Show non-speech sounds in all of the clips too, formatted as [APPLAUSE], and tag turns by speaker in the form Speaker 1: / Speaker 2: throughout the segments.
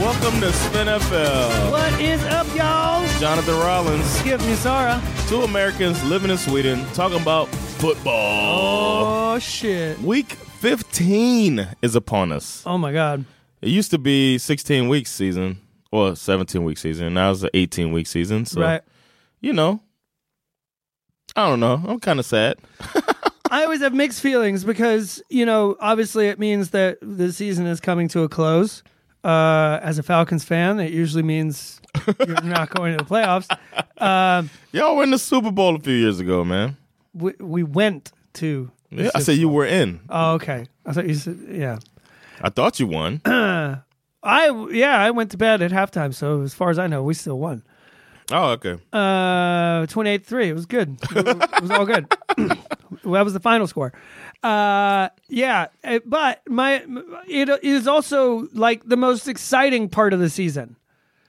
Speaker 1: Welcome to Spin FL.
Speaker 2: What is up, y'all?
Speaker 1: Jonathan Rollins,
Speaker 2: Give me Zara.
Speaker 1: two Americans living in Sweden, talking about football.
Speaker 2: Oh shit.
Speaker 1: Week 15 is upon us.
Speaker 2: Oh my god.
Speaker 1: It used to be 16 week season or 17 week season. Now it's an 18 week season. So,
Speaker 2: Right.
Speaker 1: you know, I don't know. I'm kind of sad.
Speaker 2: I always have mixed feelings because, you know, obviously it means that the season is coming to a close. Uh, as a Falcons fan, it usually means you're not [LAUGHS] going to the playoffs.
Speaker 1: Y'all were in the Super Bowl a few years ago, man.
Speaker 2: We, we went to.
Speaker 1: Yeah, I said you were in.
Speaker 2: Oh, okay. I thought you said, yeah.
Speaker 1: I thought you won.
Speaker 2: I, yeah, I went to bed at halftime. So as far as I know, we still won.
Speaker 1: Oh, okay.
Speaker 2: Uh, 28-3. It was good. It was- it was all good. [COUGHS] well, that was the final score. Uh, yeah, eh, but my it is also like the most exciting part of the season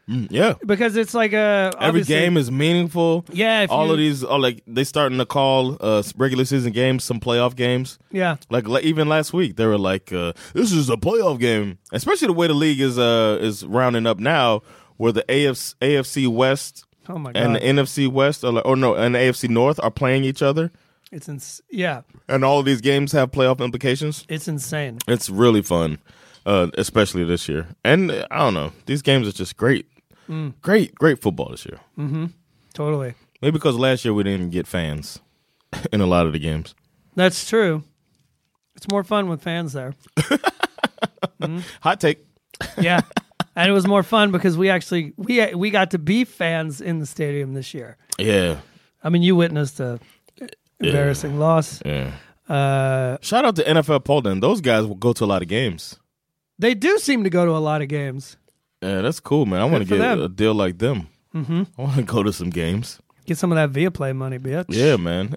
Speaker 1: Yeah.
Speaker 2: because it's like a
Speaker 1: Every
Speaker 2: obviously-
Speaker 1: game is meaningful.
Speaker 2: Yeah, if
Speaker 1: all
Speaker 2: you-
Speaker 1: of these are like they starting to call uh regular season games some playoff games.
Speaker 2: Yeah.
Speaker 1: Like la- even last week they were like uh this is a playoff game. Especially the way the league is uh is rounding up now where the AFC, AFC West
Speaker 2: Oh my god.
Speaker 1: and the NFC West are like, or no, and the AFC North are playing each other
Speaker 2: it's ins- yeah,
Speaker 1: and all of these games have playoff implications.
Speaker 2: it's insane.
Speaker 1: It's really fun, uh, especially this year. And uh, I don't know, these games are just great,
Speaker 2: Mm.
Speaker 1: great, great football this year.
Speaker 2: Totally.
Speaker 1: Maybe because last year we didn't get fans [LAUGHS] in a lot of the games.
Speaker 2: That's true. It's more fun with fans there.
Speaker 1: Hot take. [LAUGHS]
Speaker 2: Yeah. and it was more fun because we actually we we got to be fans in the stadium this year.
Speaker 1: Yeah,
Speaker 2: I mean, you witnessed a embarrassing loss.
Speaker 1: yeah.
Speaker 2: Uh
Speaker 1: Shout out to NFL Poland. Those guys will go to a lot of games.
Speaker 2: They do seem to go to a lot of games.
Speaker 1: Yeah, that's cool, man. I want
Speaker 2: Good
Speaker 1: to
Speaker 2: for
Speaker 1: get
Speaker 2: them.
Speaker 1: a deal like them. Mm-hmm. I want to go to some games.
Speaker 2: Get some of that via play money, bitch.
Speaker 1: Yeah, [LAUGHS] man.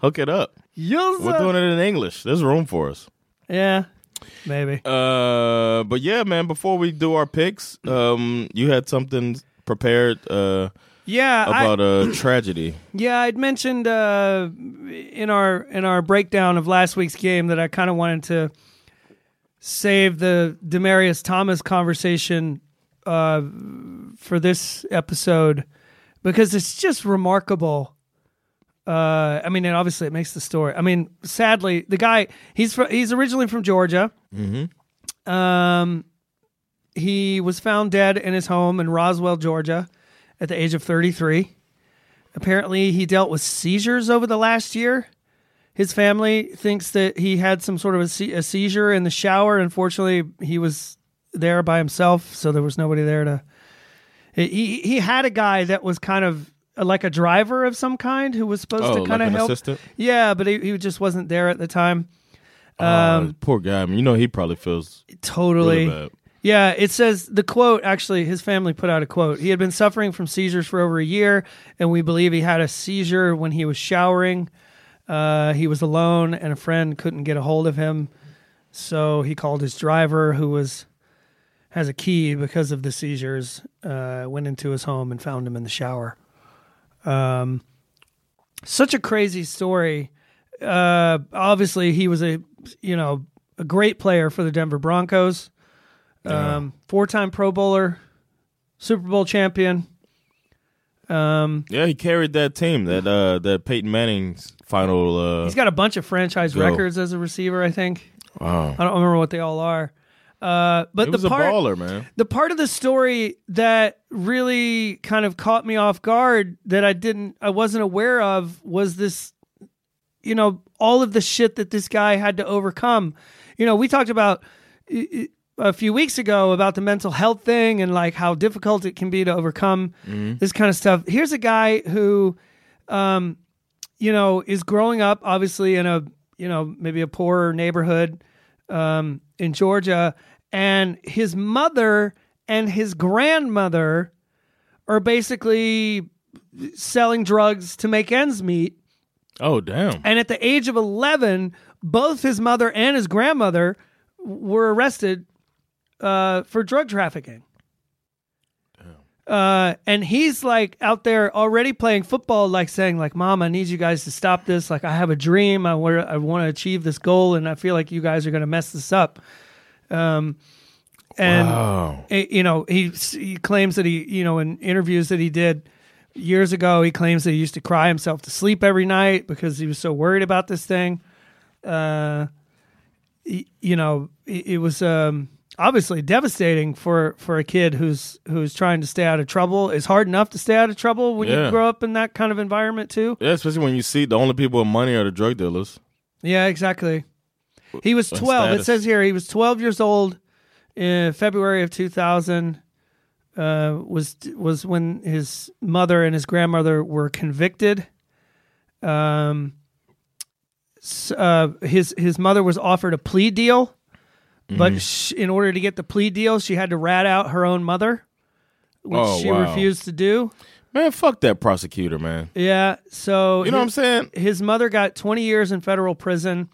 Speaker 1: Hook it up.
Speaker 2: Yes,
Speaker 1: We're
Speaker 2: sir.
Speaker 1: doing it in English. There's room for us.
Speaker 2: Yeah. Maybe.
Speaker 1: Uh, but yeah, man. Before we do our picks, um, you had something prepared uh
Speaker 2: Yeah. I,
Speaker 1: about a [CLEARS THROAT] tragedy.
Speaker 2: yeah, I'd mentioned uh, in our in our breakdown of last week's game that I kind of wanted to save the Demarius Thomas conversation uh, for this episode because it's just remarkable. Uh, I mean, and obviously it makes the story. I mean, sadly, the guy he's fr- he's originally from Georgia. Um, he was found dead in his home in Roswell, Georgia, at the age of 33. Apparently, he dealt with seizures over the last year. His family thinks that he had some sort of a, se- a seizure in the shower. Unfortunately, he was there by himself, so there was nobody there to. He he- he had a guy that was kind of like a driver of some kind who was supposed
Speaker 1: Oh,
Speaker 2: to
Speaker 1: like
Speaker 2: kind of
Speaker 1: an
Speaker 2: help.
Speaker 1: assistant?
Speaker 2: Yeah, but he, he just wasn't there at the time.
Speaker 1: Uh, poor guy. I mean, you know, he probably feels
Speaker 2: Totally.
Speaker 1: really bad.
Speaker 2: Yeah, it says the quote actually his family put out a quote. He had been suffering from seizures for over a year and we believe he had a seizure when he was showering. Uh, he was alone and a friend couldn't get a hold of him. So he called his driver who was has a key because of the seizures, uh, went into his home and found him in the shower. Um such a crazy story. Uh obviously he was a you know, a great player for the Denver Broncos. Um, four time Pro Bowler, Super Bowl champion.
Speaker 1: Yeah, he carried that team. That uh, that Peyton Manning's final. Uh,
Speaker 2: He's got a bunch of franchise
Speaker 1: Go.
Speaker 2: records as a receiver, I think.
Speaker 1: wow.
Speaker 2: I don't remember what they all are. Uh, but
Speaker 1: He
Speaker 2: the
Speaker 1: was
Speaker 2: part,
Speaker 1: a baller, man.
Speaker 2: the part of the story that really kind of caught me off guard that I didn't, I wasn't aware of was this, you know, all of the shit that this guy had to overcome. You know, we talked about i- i- a few weeks ago about the mental health thing and like how difficult it can be to overcome this kind of stuff. Here's a guy who, um, you know, is growing up obviously in a you know maybe a poorer neighborhood um, in Georgia, and his mother and his grandmother are basically selling drugs to make ends meet.
Speaker 1: Oh damn.
Speaker 2: And at the age of 11, both his mother and his grandmother were arrested uh, for drug trafficking. Uh, and he's like out there already playing football, like saying, like, "Mom, I need you guys to stop this. Like, I have a dream. I want, I want to achieve this goal, and I feel like you guys are going to mess this up." Um, and
Speaker 1: Oh.
Speaker 2: it- Eh, you know he he claims that he you know in interviews that he did years ago he claims that he used to cry himself to sleep every night because he was so worried about this thing uh y- you know it, it was um obviously devastating for for a kid who's who's trying to stay out of trouble it's hard enough to stay out of trouble when
Speaker 1: Yeah.
Speaker 2: you grow up in that kind of environment too
Speaker 1: Yeah, especially when you see the only people with money are the drug dealers.
Speaker 2: yeah exactly he was 12 it
Speaker 1: status.
Speaker 2: says here he was 12 years old in February of 2000 uh, was was when his mother and his grandmother were convicted. Um, s- uh, his his mother was offered a plea deal,
Speaker 1: Mm-hmm.
Speaker 2: but sh in order to get the plea deal, she had to rat out her own mother, which
Speaker 1: Oh,
Speaker 2: she
Speaker 1: wow.
Speaker 2: refused to do.
Speaker 1: Man, fuck that prosecutor, man.
Speaker 2: Yeah, so
Speaker 1: You know what I'm saying?
Speaker 2: His mother got 20 years in federal prison,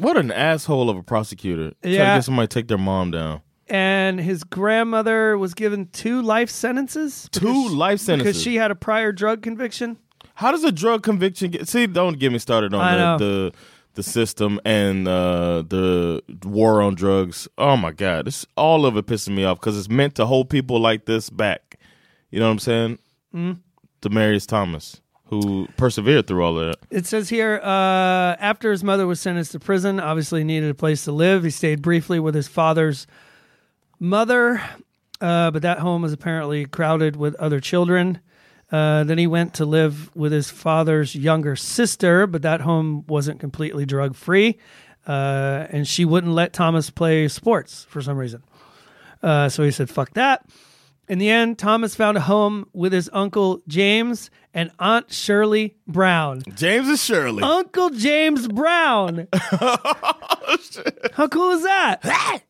Speaker 1: What an asshole of a prosecutor. Trying
Speaker 2: Yeah.
Speaker 1: to get somebody to take their mom down.
Speaker 2: and his grandmother was given two life sentences.
Speaker 1: Two life sentences.
Speaker 2: because she had a prior drug conviction.
Speaker 1: How does a drug conviction get? See, don't get me started
Speaker 2: I know.
Speaker 1: on the, the the system and uh, the war on drugs. Oh my god, this all of it pissing me off because it's meant to hold people like this back. You know what I'm saying?
Speaker 2: Mm-hmm.
Speaker 1: Demarius Thomas, who persevered through all of that.
Speaker 2: It says here, uh, after his mother was sentenced to prison, obviously he needed a place to live. He stayed briefly with his father's mother, uh, but that home was apparently crowded with other children. Uh, then he went to live with his father's younger sister, but that home wasn't completely drug free, uh, and she wouldn't let Thomas play sports for some reason. Uh, so he said, fuck that. In the end, Thomas found a home with his uncle James and Aunt Shirley Brown.
Speaker 1: James and Shirley.
Speaker 2: Uncle James
Speaker 1: [LAUGHS]
Speaker 2: Brown.
Speaker 1: Oh,
Speaker 2: how cool is that?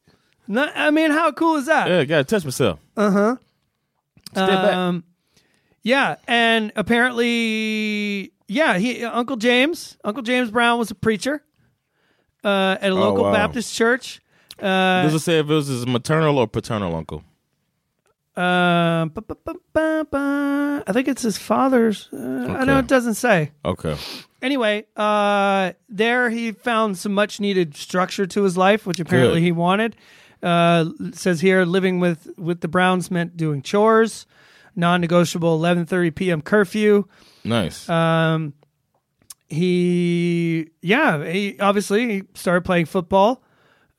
Speaker 2: No, I mean, how cool is that?
Speaker 1: yeah, gotta touch myself. Uh
Speaker 2: Uh-huh.
Speaker 1: huh. Step back.
Speaker 2: Um, Yeah, and apparently, yeah, he Uncle James, Uncle James Brown was a preacher uh, at a local
Speaker 1: Oh, wow.
Speaker 2: Baptist church. uh,
Speaker 1: Does it say if it was his maternal or paternal uncle?
Speaker 2: Um, ba- ba- ba- ba- ba. I think it's his father's. Uh, I know
Speaker 1: Okay.
Speaker 2: it doesn't say.
Speaker 1: Okay.
Speaker 2: anyway, uh, there he found some much needed structure to his life, which apparently
Speaker 1: Good.
Speaker 2: he wanted. Uh, it says here, living with with the Browns meant doing chores, non-negotiable 11:30 p.m. curfew.
Speaker 1: Nice.
Speaker 2: Uh, He, yeah, he obviously he started playing football,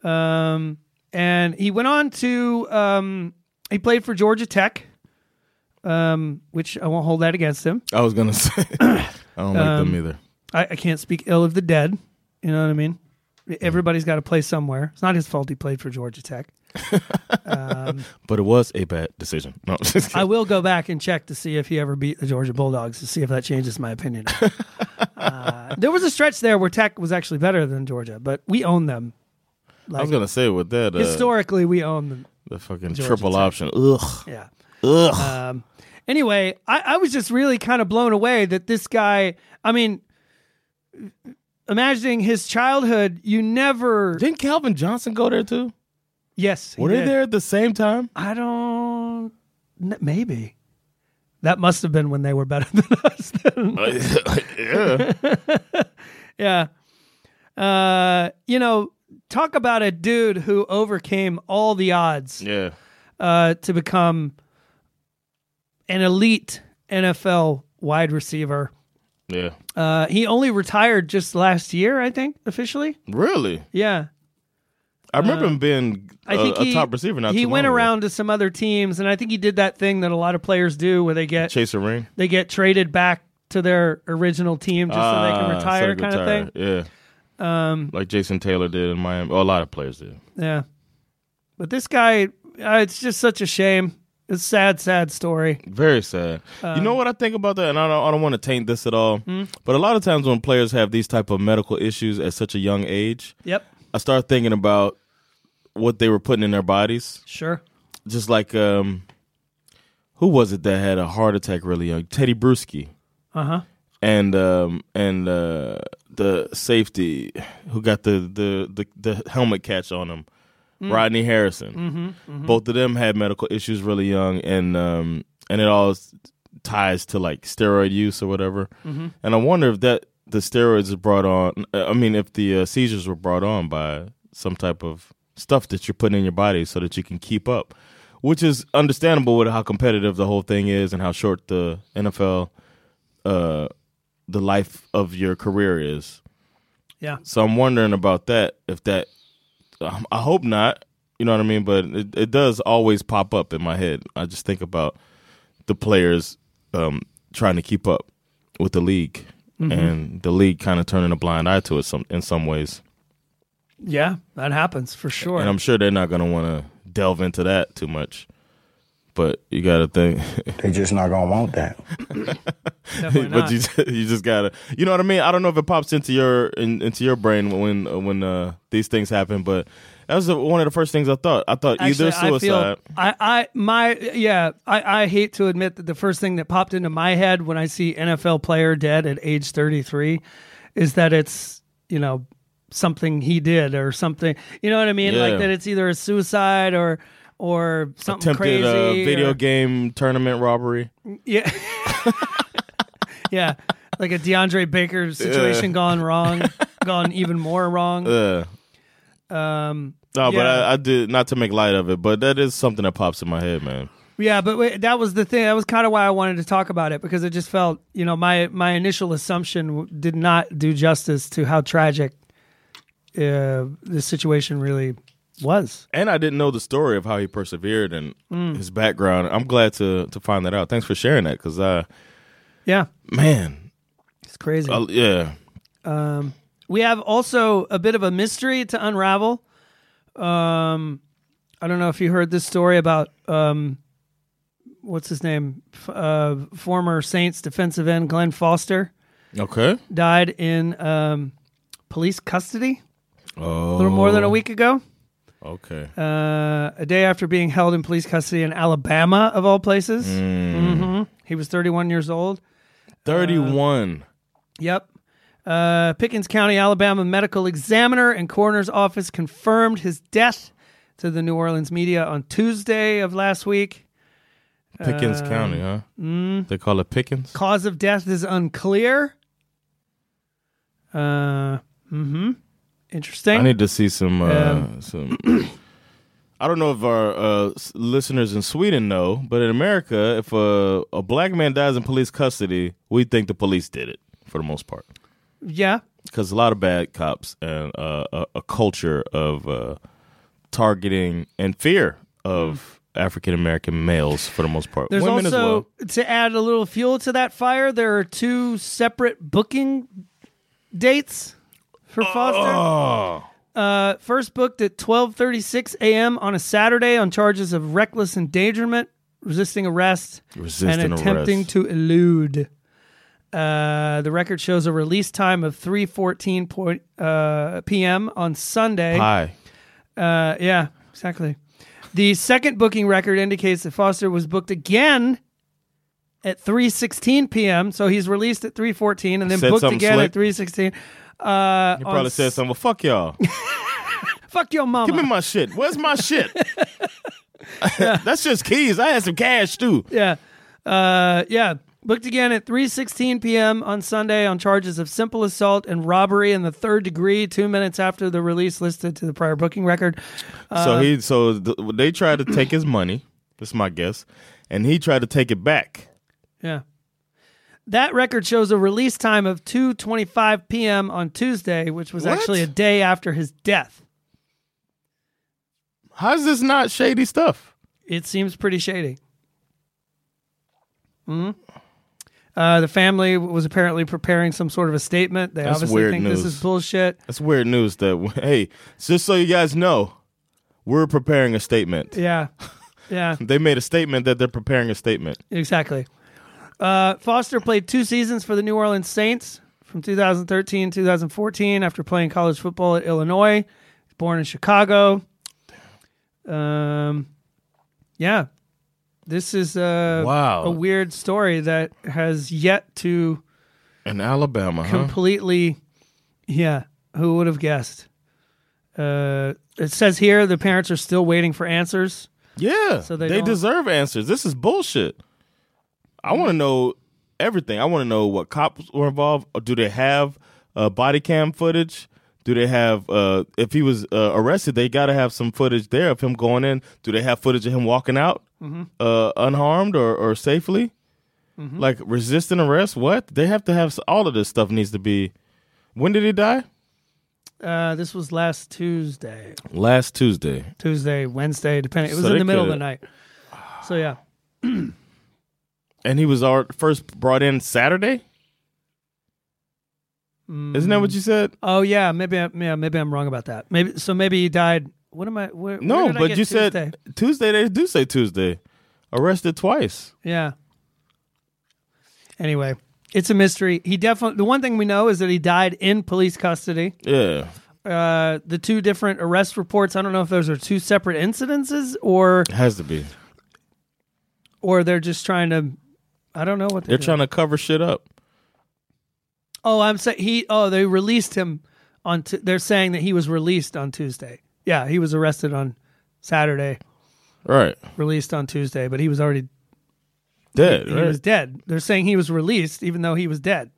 Speaker 2: um, and he went on to um, he played for Georgia Tech, um, which I won't hold that against him.
Speaker 1: I was gonna say. [COUGHS] I don't like
Speaker 2: um,
Speaker 1: them either.
Speaker 2: I, I can't speak ill of the dead. You know what I mean?
Speaker 1: Hmm.
Speaker 2: Everybody's got to play somewhere. It's not his fault he played for Georgia Tech.
Speaker 1: But it was a bad decision. No, [LAUGHS] just kidding.
Speaker 2: I will go back and check to see if he ever beat the Georgia Bulldogs to see if that changes
Speaker 1: [LAUGHS]
Speaker 2: my opinion. uh, there was a stretch there where Tech was actually better than Georgia, but we own them.
Speaker 1: I was gonna say with that uh,
Speaker 2: Historically, we own them.
Speaker 1: the fucking triple option. Ugh.
Speaker 2: Yeah. Um, anyway, I, I was just really kind of blown away that this guy, I mean, imagining his childhood, you never.
Speaker 1: Didn't Calvin Johnson go there too?
Speaker 2: Yes. he
Speaker 1: Were they
Speaker 2: did.
Speaker 1: there at the same time?
Speaker 2: I don't. n- Maybe that must have been when they were better [LAUGHS] than us. Then.
Speaker 1: yeah.
Speaker 2: Yeah. Uh, you know, talk about a dude who overcame all the
Speaker 1: [LAUGHS]
Speaker 2: odds
Speaker 1: Yeah.
Speaker 2: uh, to become an elite NFL wide receiver.
Speaker 1: Yeah.
Speaker 2: Uh, he only retired just last year, I think, officially.
Speaker 1: Really?
Speaker 2: Yeah.
Speaker 1: I remember him being
Speaker 2: Uh, I
Speaker 1: a-
Speaker 2: think
Speaker 1: Uh, a
Speaker 2: he,
Speaker 1: top receiver. Not
Speaker 2: he
Speaker 1: too
Speaker 2: went
Speaker 1: long ago.
Speaker 2: around to some other teams, and I think he did that thing that a lot of players do, where they get
Speaker 1: chase a ring.
Speaker 2: they get traded back to their original team just so they
Speaker 1: Ah,
Speaker 2: can
Speaker 1: so
Speaker 2: retire,
Speaker 1: they
Speaker 2: kind
Speaker 1: retire.
Speaker 2: of thing.
Speaker 1: Yeah. Um, like Jason Taylor did in Miami. Oh, a lot of players did.
Speaker 2: Yeah. But this guy, uh, it's just such a shame. It's a sad, sad story.
Speaker 1: Very sad. you
Speaker 2: Um,
Speaker 1: know what I think about that, and I don't, I don't want to taint this at all.
Speaker 2: Hmm?
Speaker 1: But a lot of times when players have these type of medical issues at such a young age,
Speaker 2: Yep.
Speaker 1: I start thinking about what they were putting in their bodies.
Speaker 2: Sure.
Speaker 1: Just like um, who was it that had a heart attack really young? Teddy Bruschi
Speaker 2: Uh huh.
Speaker 1: and um, and uh, the safety who got the the the, the helmet catch on him, Rodney Harrison. Both of them had medical issues really young, and um, and it all s- ties to like steroid use or whatever. And I wonder if that the steroids are brought on. uh, I mean, if the uh, seizures were brought on by some type of stuff that you're putting in your body so that you can keep up. Which is understandable with how competitive the whole thing is and how short the NFL uh, the life of your career is.
Speaker 2: Yeah.
Speaker 1: So I'm wondering about that. If that, um, I hope not. You know what I mean. But it, it does always pop up in my head. I just think about the players um, trying to keep up with the league, and the league kind of turning a blind eye to it some in some ways.
Speaker 2: Yeah, that happens for sure.
Speaker 1: And I'm sure they're not going to want to delve into that too much. But you got to think.
Speaker 3: They just not gonna want that.
Speaker 1: [LAUGHS]
Speaker 2: Definitely
Speaker 1: but
Speaker 2: not.
Speaker 1: you you just gotta you know what I mean. I don't know if it pops into your in, into your brain when when uh, these things happen, but that was the, one of the first things I thought. I thought
Speaker 2: Actually,
Speaker 1: either suicide.
Speaker 2: I, feel, I, I, my, yeah, I, I hate to admit that the first thing that popped into my head when I see NFL player dead at age 33 is that it's, you know, something he did or something, you know what I mean?
Speaker 1: Yeah.
Speaker 2: Like that it's either a suicide or, or something
Speaker 1: Attempted
Speaker 2: crazy.
Speaker 1: uh, video
Speaker 2: [LAUGHS] or-
Speaker 1: game tournament robbery.
Speaker 2: Yeah. yeah. Like a DeAndre Baker situation gone wrong, gone even more wrong.
Speaker 1: Uh,
Speaker 2: Um,
Speaker 1: no, but
Speaker 2: Yeah.
Speaker 1: I, I did not to make light of it, but that is something that pops in my head, man.
Speaker 2: Yeah, but wait, that was the thing. That was kind of why I wanted to talk about it because it just felt, you know, my my initial assumption w- did not do justice to how tragic uh, this situation really was.
Speaker 1: And I didn't know the story of how he persevered and
Speaker 2: Mm.
Speaker 1: his background. I'm glad to to find that out. Thanks for sharing that, because uh,
Speaker 2: Yeah,
Speaker 1: man,
Speaker 2: it's crazy.
Speaker 1: I, yeah,
Speaker 2: we have also a bit of a mystery to unravel. Um, I don't know if you heard this story about um, what's his name, F- uh, former Saints defensive end Glenn Foster
Speaker 1: okay,
Speaker 2: died in um, police custody
Speaker 1: oh,
Speaker 2: a little more than a week ago.
Speaker 1: okay.
Speaker 2: uh, a day after being held in police custody in Alabama, of all places.
Speaker 1: Mm.
Speaker 2: hmm He was 31 years old.
Speaker 1: 31.
Speaker 2: Yep. Uh, Pickens County, Alabama medical examiner and coroner's office confirmed his death to the New Orleans media on Tuesday of last week.
Speaker 1: Pickens
Speaker 2: Um,
Speaker 1: County, huh?
Speaker 2: mm.
Speaker 1: They call it Pickens.
Speaker 2: Cause of death is unclear. Uh, hmm Interesting.
Speaker 1: I need to see some. Uh,
Speaker 2: Um,
Speaker 1: some. I don't know if our uh, s- listeners in Sweden know, but in America, if a, a black man dies in police custody, we think the police did it for the most part,
Speaker 2: yeah.
Speaker 1: because a lot of bad cops and uh, a, a culture of uh, targeting and fear of African American males for the most part.
Speaker 2: There's
Speaker 1: Women
Speaker 2: also
Speaker 1: as well.
Speaker 2: to add a little fuel to that fire. There are two separate booking dates for Foster.
Speaker 1: Oh.
Speaker 2: Uh, first booked at 12:36 a.m. on a Saturday on charges of reckless endangerment, resisting arrest,
Speaker 1: Resisting
Speaker 2: and attempting
Speaker 1: arrest.
Speaker 2: to elude. Uh, the record shows a release time of 3:14 point, uh, p.m. on Sunday.
Speaker 1: Hi.
Speaker 2: Uh, yeah, exactly. The second booking record indicates that Foster was booked again at 3:16 p.m. So he's released at 3:14 and then
Speaker 1: Said
Speaker 2: booked
Speaker 1: something
Speaker 2: again
Speaker 1: slick.
Speaker 2: at 3:16. Uh,
Speaker 1: He probably said something. Well, fuck y'all.
Speaker 2: "Fuck your mama."
Speaker 1: Give me my shit. Where's my shit? That's just keys. I had some cash too.
Speaker 2: yeah, uh, yeah. Booked again at 3:16 p.m. on Sunday on charges of simple assault and robbery in the third degree. Two minutes after the release listed to the prior booking record.
Speaker 1: so he so th- they tried to take his money. This is my guess, and he tried to take it back.
Speaker 2: Yeah. That record shows a release time of 2:25 p.m. on Tuesday, which was
Speaker 1: What?
Speaker 2: actually a day after his death.
Speaker 1: How's this not shady stuff?
Speaker 2: It seems pretty shady. Hmm. Uh, the family was apparently preparing some sort of a statement. They
Speaker 1: That's
Speaker 2: obviously
Speaker 1: weird
Speaker 2: think
Speaker 1: news.
Speaker 2: this is bullshit.
Speaker 1: [LAUGHS] That's weird news. That hey, just so you guys know, We're preparing a statement. [LAUGHS]
Speaker 2: Yeah. Yeah.
Speaker 1: They made a statement that they're preparing a statement.
Speaker 2: Exactly. Uh, Foster played two seasons for the New Orleans Saints from 2013 2014 after playing college football at Illinois. He's born in Chicago. Um, yeah. This is a,
Speaker 1: Wow.
Speaker 2: a weird story that has yet to
Speaker 1: In Alabama, huh?
Speaker 2: completely yeah who would have guessed uh it says here the parents are still waiting for answers
Speaker 1: Yeah.
Speaker 2: So they
Speaker 1: they
Speaker 2: don't-
Speaker 1: deserve answers. This is bullshit. I
Speaker 2: Mm-hmm.
Speaker 1: want to know everything. I want to know what cops were involved. Do they have uh, body cam footage? Do they have uh, if he was uh, arrested? They got to have some footage there of him going in. Do they have footage of him walking out
Speaker 2: Mm-hmm.
Speaker 1: uh, unharmed or, or safely? Like resisting arrest? What they have to have s- all of this stuff needs to be. When did he die?
Speaker 2: uh this was last tuesday
Speaker 1: Last Tuesday.
Speaker 2: tuesday wednesday depending it was
Speaker 1: So
Speaker 2: in
Speaker 1: they
Speaker 2: the middle of the
Speaker 1: could've-
Speaker 2: night so yeah
Speaker 1: And he was our first brought in Saturday. Isn't that what you said?
Speaker 2: oh yeah maybe I, yeah maybe i'm wrong about that maybe so maybe he died what am i where, where
Speaker 1: No,
Speaker 2: did I
Speaker 1: but
Speaker 2: get
Speaker 1: you
Speaker 2: Tuesday?
Speaker 1: said Tuesday. They do say Tuesday. Arrested twice.
Speaker 2: yeah anyway it's a mystery he definitely the one thing we know is that he died in police custody
Speaker 1: Yeah,
Speaker 2: uh, the two different arrest reports. I don't know if those are two separate incidences or
Speaker 1: it has to be.
Speaker 2: or they're just trying to. I don't know what
Speaker 1: They're
Speaker 2: they're,
Speaker 1: trying to cover shit up.
Speaker 2: Oh, I'm saying he. Oh, they released him on. Tu- they're saying that he was released on Tuesday. Yeah, he was arrested on Saturday,
Speaker 1: Right.
Speaker 2: released on Tuesday, but he was already
Speaker 1: Dead.
Speaker 2: he
Speaker 1: right?
Speaker 2: was dead. They're saying he was released even though he was dead.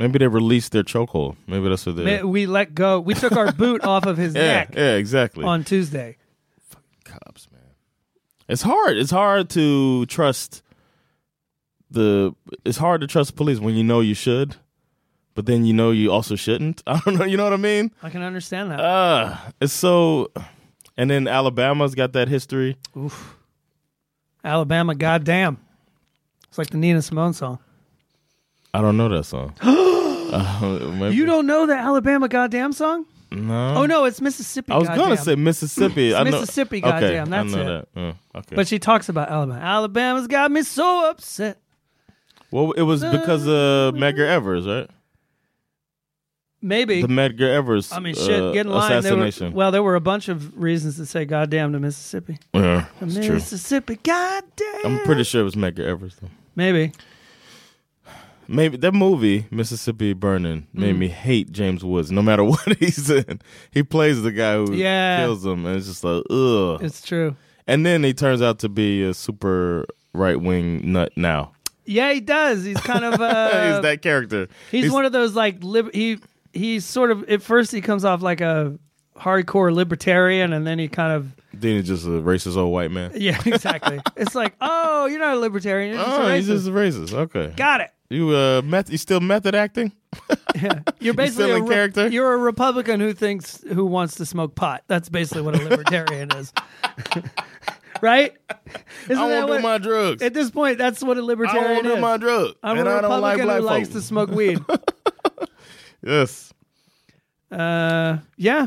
Speaker 1: Maybe they released their chokehold. Maybe that's what they.
Speaker 2: Ma- We let go. We took
Speaker 1: [LAUGHS]
Speaker 2: our boot off of his
Speaker 1: yeah.
Speaker 2: neck
Speaker 1: Yeah. Exactly.
Speaker 2: on Tuesday.
Speaker 1: cops, man. It's hard. It's hard to trust the. It's hard to trust police when you know you should, but then you know you also shouldn't. [LAUGHS] I don't know. You know what I mean?
Speaker 2: I can understand that.
Speaker 1: Uh, it's so. And then Alabama's got that history.
Speaker 2: Alabama, goddamn. It's like the Nina Simone song.
Speaker 1: I don't know that song. [GASPS] Uh, maybe-
Speaker 2: You don't know the Alabama goddamn song?
Speaker 1: No.
Speaker 2: Oh no, it's Mississippi.
Speaker 1: Uh-huh. I was
Speaker 2: goddamn.
Speaker 1: gonna say Mississippi. I know,
Speaker 2: Mississippi,
Speaker 1: okay,
Speaker 2: goddamn, that's
Speaker 1: I know
Speaker 2: it.
Speaker 1: That. Yeah, okay.
Speaker 2: but she talks about Alabama. Alabama's got me so upset.
Speaker 1: well, it was because of Medgar Evers, right?
Speaker 2: Maybe
Speaker 1: The Medgar Evers.
Speaker 2: I mean shit.
Speaker 1: uh,
Speaker 2: get in line. There were,
Speaker 1: Assassination.
Speaker 2: well, there were a bunch of reasons to say goddamn to Mississippi.
Speaker 1: yeah, it's true.
Speaker 2: Mississippi, goddamn.
Speaker 1: I'm pretty sure it was Medgar Evers though.
Speaker 2: Maybe
Speaker 1: Maybe that movie Mississippi Burning made
Speaker 2: Mm.
Speaker 1: me hate James Woods. No matter [LAUGHS] what he's in, he plays the guy who
Speaker 2: Yeah.
Speaker 1: kills him, and it's just like ugh.
Speaker 2: it's true.
Speaker 1: and then he turns out to be a super right wing nut. Now
Speaker 2: Yeah, he does. He's
Speaker 1: [LAUGHS]
Speaker 2: kind of uh,
Speaker 1: he's that character.
Speaker 2: he's, one of those like lib- he he's sort of at first he comes off like a hardcore libertarian and then he kind of
Speaker 1: Then he's just a racist old white man.
Speaker 2: yeah exactly. [LAUGHS] it's like oh you're not a libertarian. You're just a
Speaker 1: Oh,
Speaker 2: racist.
Speaker 1: he's just a racist. Okay.
Speaker 2: Got it.
Speaker 1: You uh, meth- you still method acting?
Speaker 2: You're basically
Speaker 1: still
Speaker 2: a
Speaker 1: in
Speaker 2: re-
Speaker 1: character?
Speaker 2: You're a Republican who thinks who wants to smoke pot. That's basically what a
Speaker 1: [LAUGHS]
Speaker 2: libertarian is, right? Isn't
Speaker 1: I
Speaker 2: that
Speaker 1: won't do
Speaker 2: what,
Speaker 1: my drugs.
Speaker 2: at this point? That's what
Speaker 1: I
Speaker 2: a
Speaker 1: won't
Speaker 2: libertarian
Speaker 1: do
Speaker 2: is.
Speaker 1: my drugs.
Speaker 2: I'm
Speaker 1: and
Speaker 2: a
Speaker 1: I
Speaker 2: Republican
Speaker 1: don't like black
Speaker 2: who likes to
Speaker 1: folks. [LAUGHS]
Speaker 2: smoke weed.
Speaker 1: Yes.
Speaker 2: uh, yeah.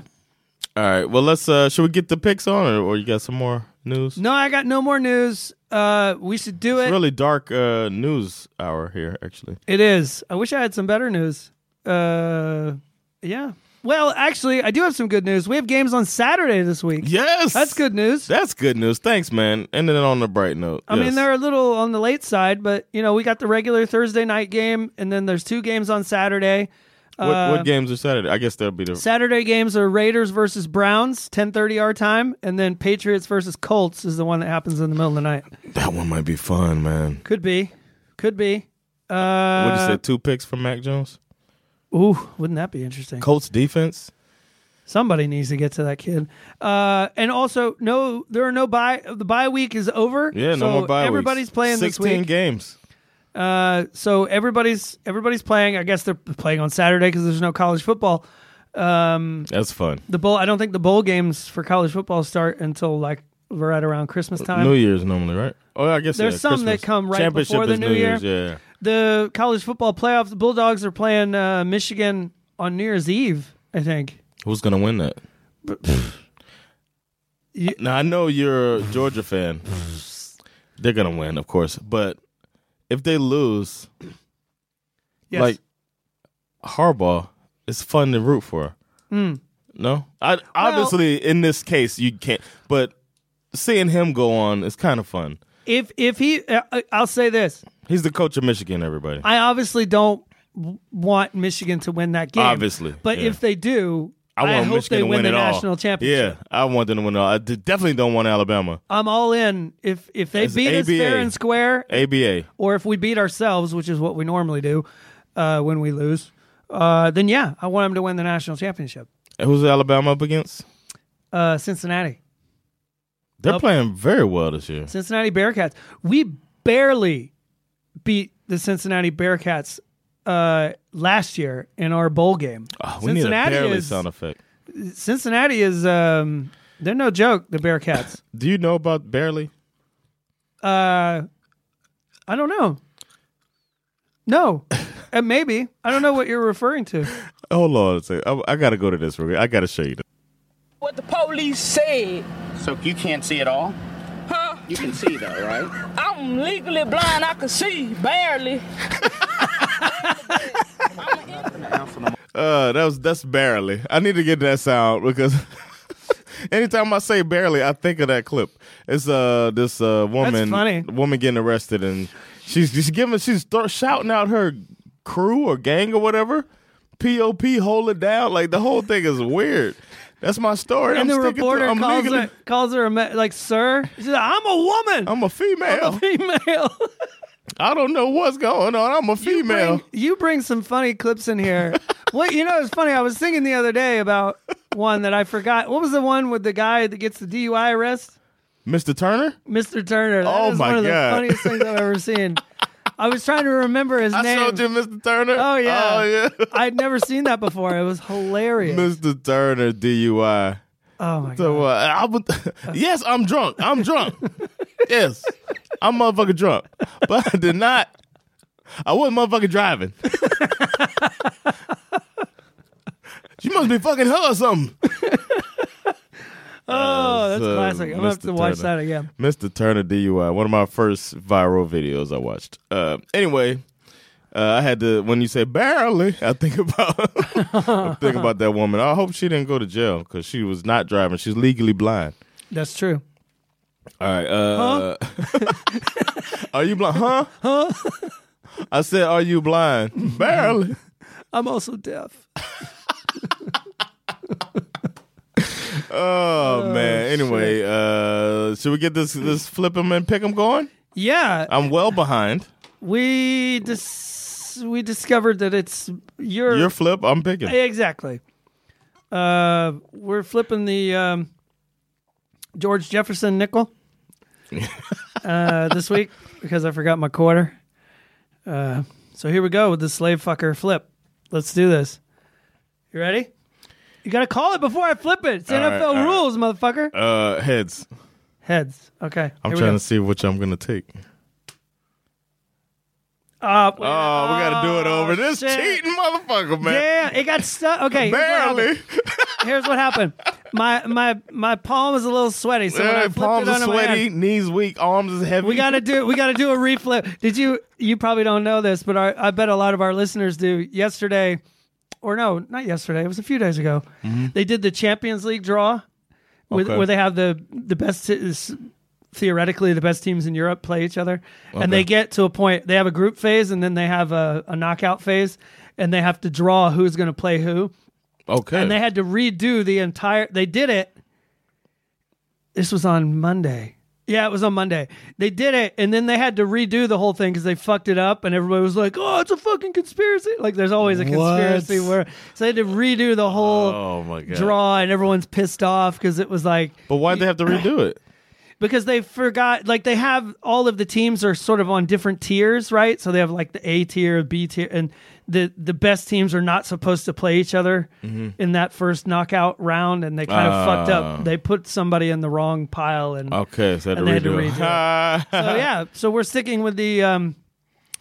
Speaker 1: All right. Well, let's. Uh, should we get the picks on, or, or you got some more news?
Speaker 2: No, I got no more news. Uh, we should do it.
Speaker 1: It's really dark uh, news hour here, actually.
Speaker 2: It is. I wish I had some better news. Uh, yeah. Well, actually, I do have some good news. We have games on Saturday this week.
Speaker 1: Yes.
Speaker 2: That's good news.
Speaker 1: That's good news. Thanks, man. Ending it on a bright note.
Speaker 2: I mean,
Speaker 1: Yes.
Speaker 2: they're a little on the late side, but you know, we got the regular Thursday night game, and then there's two games on Saturday.
Speaker 1: What,
Speaker 2: uh,
Speaker 1: what games are Saturday? I guess that'll be the.
Speaker 2: Saturday games are Raiders versus Browns, 10:30 our time, and then Patriots versus Colts is the one that happens in the middle of the night.
Speaker 1: that one might be fun, man.
Speaker 2: Could be, could be. Uh,
Speaker 1: what do you say? Two picks from Mac Jones.
Speaker 2: Ooh, wouldn't that be interesting?
Speaker 1: Colts defense.
Speaker 2: Somebody needs to get to that kid. Uh, and also, no, there are no bye. The bye week is over.
Speaker 1: Yeah, no
Speaker 2: so
Speaker 1: more bye weeks.
Speaker 2: Everybody's playing this
Speaker 1: Sixteen
Speaker 2: week.
Speaker 1: games.
Speaker 2: Uh, so everybody's everybody's playing. I guess they're playing on Saturday because there's no college football.
Speaker 1: That's fun.
Speaker 2: The bowl. I don't think the bowl games for college football start until like right around Christmas time.
Speaker 1: New Year's normally, right? Oh, I guess
Speaker 2: Uh, There's
Speaker 1: yeah,
Speaker 2: some that
Speaker 1: Christmas.
Speaker 2: come right
Speaker 1: Championship
Speaker 2: before the
Speaker 1: is
Speaker 2: New
Speaker 1: New
Speaker 2: Year.
Speaker 1: Year's, yeah.
Speaker 2: The college football playoffs. The Bulldogs are playing uh, Michigan on New Year's Eve. I think.
Speaker 1: Who's gonna win that?
Speaker 2: You-
Speaker 1: now I know you're a Georgia
Speaker 2: [LAUGHS]
Speaker 1: fan. They're gonna win, of course. But if they lose,
Speaker 2: Yes.
Speaker 1: like Harbaugh, it's fun to root for.
Speaker 2: Hmm.
Speaker 1: No, I obviously in this case you can't. But seeing him go on is kind of fun.
Speaker 2: if if he, uh, uh, I'll say this.
Speaker 1: He's the coach of Michigan. Everybody,
Speaker 2: I obviously don't w- want Michigan to win that game.
Speaker 1: Obviously,
Speaker 2: but
Speaker 1: yeah.
Speaker 2: if they do, I,
Speaker 1: I want
Speaker 2: hope
Speaker 1: Michigan
Speaker 2: they
Speaker 1: to
Speaker 2: win,
Speaker 1: win,
Speaker 2: the
Speaker 1: it all.
Speaker 2: national championship.
Speaker 1: Yeah, I want them to win it all. I d- definitely don't want Alabama.
Speaker 2: I'm all in. If if they
Speaker 1: As
Speaker 2: beat us
Speaker 1: ABA.
Speaker 2: fair and square,
Speaker 1: ABA.
Speaker 2: or if we beat ourselves, which is what we normally do uh, when we lose, uh, then yeah, I want them to win the national championship.
Speaker 1: Who's Alabama up against?
Speaker 2: Uh, Cincinnati,
Speaker 1: They're playing very well this year.
Speaker 2: Cincinnati Bearcats. We barely beat the Cincinnati Bearcats uh, last year in our bowl game.
Speaker 1: Oh, we need a barely
Speaker 2: is
Speaker 1: sound effect.
Speaker 2: Cincinnati is um, they're no joke.
Speaker 1: [LAUGHS]
Speaker 2: The Bearcats.
Speaker 1: Do you know about barely?
Speaker 2: uh, I don't know. No, uh, maybe I don't know what you're referring to.
Speaker 1: Hold on a second. I, I gotta go to this. real quick. I gotta show you this.
Speaker 3: what the police said.
Speaker 4: So you can't see it all?
Speaker 3: Huh?
Speaker 4: You can see though, right?
Speaker 3: I'm legally blind. I can see barely.
Speaker 1: Uh, that was that's barely. I need to get that sound because [LAUGHS] anytime I say barely, I think of that clip. It's uh this uh woman
Speaker 2: funny.
Speaker 1: woman getting arrested and she's she's giving she's th- shouting out her crew or gang or whatever. Pop, hold it down. Like the whole thing is weird. That's my story.
Speaker 2: And
Speaker 1: I'm
Speaker 2: the
Speaker 1: sticking to-
Speaker 2: reporter
Speaker 1: I'm
Speaker 2: calls
Speaker 1: legally-
Speaker 2: her, calls her a ma- like, "Sir," she's like, "I'm a woman.
Speaker 1: I'm a
Speaker 2: I'm
Speaker 1: female.
Speaker 2: a [LAUGHS] female."
Speaker 1: I don't know what's going on. I'm a
Speaker 2: You bring-
Speaker 1: female.
Speaker 2: You bring, some funny clips in here. what you know? It's funny. I was thinking the other day about one that I forgot. What was the one with the guy that gets the DUI arrest?
Speaker 1: Mr. Turner?
Speaker 2: Mr. Turner. That
Speaker 1: Oh
Speaker 2: is
Speaker 1: my
Speaker 2: one of
Speaker 1: God.
Speaker 2: the funniest things I've ever seen. I was trying to remember
Speaker 1: [LAUGHS]
Speaker 2: his
Speaker 1: I
Speaker 2: name.
Speaker 1: showed you Mr. Turner.
Speaker 2: Oh yeah.
Speaker 1: Oh yeah. [LAUGHS]
Speaker 2: I'd never seen that before. It was hilarious.
Speaker 1: Mr. Turner DUI.
Speaker 2: oh my god.
Speaker 1: So uh, I would [LAUGHS] Yes, I'm drunk. I'm drunk. yes. I'm motherfucking drunk. But I did not I wasn't motherfucking driving. [LAUGHS] She must be fucking her or something.
Speaker 2: Oh, that's
Speaker 1: So,
Speaker 2: classic. I'm gonna have
Speaker 1: Mr.
Speaker 2: to watch
Speaker 1: Turner.
Speaker 2: that again.
Speaker 1: Mr. Turner DUI, one of my first viral videos I watched. Uh, anyway, uh, I had to when you say barely, I think about [LAUGHS] I think about that woman. I hope she didn't go to jail because she was not driving. She's legally blind.
Speaker 2: That's true.
Speaker 1: All right. Uh, are you blind? Huh? Huh? I said, are you blind? barely.
Speaker 2: I'm also deaf.
Speaker 1: Oh man. Anyway, uh, should we get this this flip 'em and pick 'em going?
Speaker 2: Yeah,
Speaker 1: I'm well behind.
Speaker 2: we dis- we discovered that it's your,
Speaker 1: Your flip, I'm picking.
Speaker 2: exactly. Uh, we're flipping the um, George
Speaker 1: [LAUGHS]
Speaker 2: Jefferson nickel uh, this week because I forgot my quarter. Uh, so here we go with the slave fucker flip. Let's do this. You ready? You gotta call it before I flip it. It's
Speaker 1: right,
Speaker 2: NFL
Speaker 1: all right.
Speaker 2: rules, motherfucker.
Speaker 1: Uh, heads.
Speaker 2: Heads. Okay.
Speaker 1: I'm
Speaker 2: Here we
Speaker 1: trying
Speaker 2: go.
Speaker 1: to see which I'm gonna take.
Speaker 2: Uh, wait,
Speaker 1: Oh, we gotta do it over. This
Speaker 2: shit.
Speaker 1: cheating motherfucker, man.
Speaker 2: Yeah, it got stuck. Okay, here's what
Speaker 1: Barely.
Speaker 2: happened. Here's what happened. My my my palm is a little sweaty, so when I
Speaker 1: Yeah,
Speaker 2: flipped
Speaker 1: palms
Speaker 2: it
Speaker 1: are
Speaker 2: under my
Speaker 1: sweaty,
Speaker 2: hand-
Speaker 1: knees weak, arms is heavy.
Speaker 2: we gotta do we gotta do a reflip. Did you you probably don't know this, but our, I bet a lot of our listeners do. Yesterday, or no, not yesterday. It was a few days ago. They did the Champions League draw, with,
Speaker 1: Okay.
Speaker 2: where they have the the best t- is- theoretically the best teams in Europe play each other, and they get to a point. They have a group phase, and then they have a, a knockout phase, and they have to draw who's going to play who.
Speaker 1: Okay.
Speaker 2: And they had to redo the entire. They did it. This was on Monday. Yeah, it was on Monday. They did it, and then they had to redo the whole thing because they fucked it up, and everybody was like, "Oh, it's a fucking conspiracy!" Like, there's always a conspiracy
Speaker 1: What?
Speaker 2: where so they had to redo the whole
Speaker 1: oh my god.
Speaker 2: draw, and everyone's pissed off because it was like
Speaker 1: But why'd they have to redo it?
Speaker 2: because they forgot like they have all of the teams are sort of on different tiers right so they have like the a tier b tier and the the best teams are not supposed to play each other in that first knockout round and they kind of fucked up they put somebody in the wrong pile and
Speaker 1: Okay, so
Speaker 2: And
Speaker 1: they
Speaker 2: they
Speaker 1: had
Speaker 2: had
Speaker 1: to redo. it.
Speaker 2: so yeah so we're sticking with the um